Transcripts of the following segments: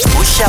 Aisyah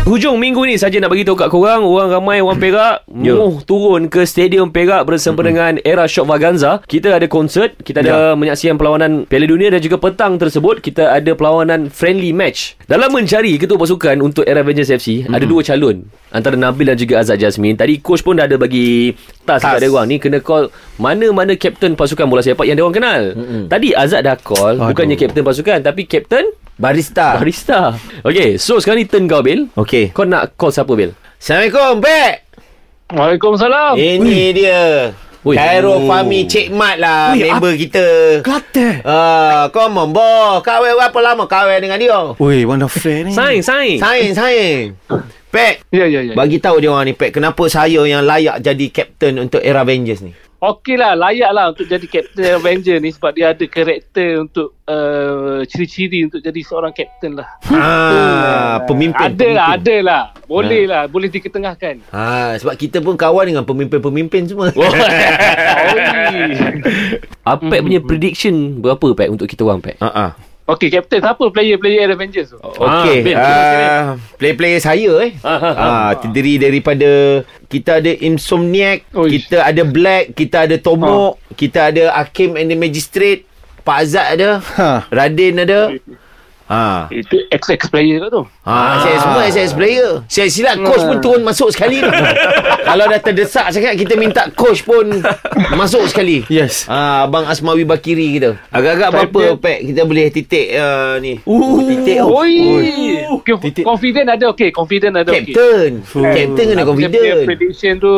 Hujung minggu ni saja nak bagi tahu kat korang orang ramai orang Perak yeah. Ya. muh turun ke stadium Perak bersempena dengan era Shock Vaganza. Kita ada konsert, kita ada menyaksikan perlawanan Piala Dunia dan juga petang tersebut kita ada perlawanan friendly match. Dalam mencari ketua pasukan untuk era Avengers FC, ada dua calon antara Nabil dan juga Azad Jasmin. Tadi coach pun dah ada bagi task Task. kat dia orang ni kena call mana-mana kapten pasukan bola sepak yang dia orang kenal. Tadi Azad dah call, bukannya kapten pasukan tapi kapten Barista. barista. Okay, so sekarang ni turn kau Bil. Okey. Eh, Kau nak call siapa Bil? Assalamualaikum, Bek. Waalaikumsalam. Eh. Ini dia. Ui. Khairul Fahmi Cik Mat lah Ui, member kita. Kelate. Ah, come on, boh. Kawin berapa lama kawin dengan dia? Oi, Wanda Fair ni. Saing, saing. Sain, sain. Pek, Ya, ya, ya. bagi tahu dia orang ni Pek, kenapa saya yang layak jadi captain untuk Era Avengers ni? Okey lah, layak lah untuk jadi Captain Avenger ni sebab dia ada karakter untuk uh, ciri-ciri untuk jadi seorang Captain lah. Ha, pemimpin. ada lah, pemimpin. ada lah. Boleh lah, boleh diketengahkan. Ha, sebab kita pun kawan dengan pemimpin-pemimpin semua. Apek punya prediction berapa Pek untuk kita orang Pek? Ha ah. Okey, Captain, siapa player-player Air Avengers tu? Oh. Ah, Okey, Bil, ah, player-player saya eh. Ah, terdiri daripada kita ada Insomniac, Oish. kita ada Black, kita ada Tomok, kita ada Hakim and the Magistrate, Pak Azad ada, Ha. Radin ada. Ha. Itu XX player kot tu. Ha, saya semua saya player. Saya silap coach pun turun masuk sekali tu. Kalau dah terdesak sangat kita minta coach pun masuk sekali. Yes. Ah, Abang Asmawi Bakiri kita. Agak-agak Saya berapa punya- pack kita boleh titik uh, ni. Titik oh. Oi. Okay, Titik. confident ada okey, confident ada okey. Captain. Captain kena Aku punya confident. prediction tu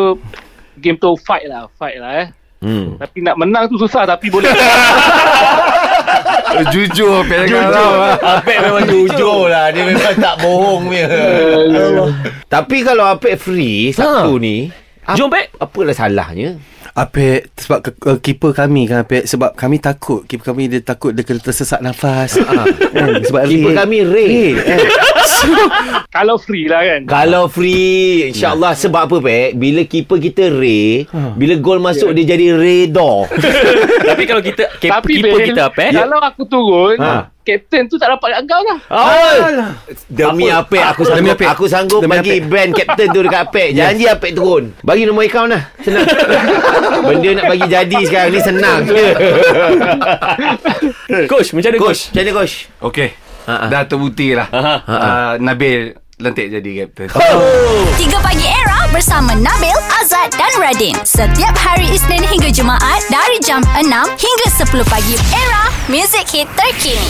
game tu fight lah, fight lah eh. Hmm. Tapi nak menang tu susah tapi boleh. Jujur Pek Jujur. Apek memang jujur lah Dia memang tak bohong dia Tapi kalau Apek Ha. free Sabtu ni ap- Jom, Pek. Apalah salahnya Apek sebab ke, uh, keeper kami kan Apek sebab kami takut keeper kami dia takut dia kena tersesat nafas. Ah. kan? Sebab Keeper kami Ray Eh. Kalau free lah kan. Kalau free InsyaAllah Sebab apa Pek Bila keeper kita Ray Ha. Bila gol masuk Dia jadi Radar Tapi kalau kita kep, Tapi Ya. keeper Bel, kita eh? Pek. Kalau aku turun, Ha. kapten tu tak dapat kat kau lah. Oh, demi apa aku Demi sanggup Apek. aku sanggup Demi bagi band captain tu dekat Apek. Janji Apek turun. Bagi nombor akaun lah. Senang. Benda nak bagi jadi sekarang ni senang. Coach, macam mana coach? Coach, macam mana coach? Okey. Ha, ha. Dah terbukti lah. ha. Uh, Nabil lentik jadi captain. 3 Pagi Era bersama Nabil, Azad dan Radin. Setiap hari Isnin hingga Jumaat dari jam 6 hingga 10 pagi. Era, music hit terkini.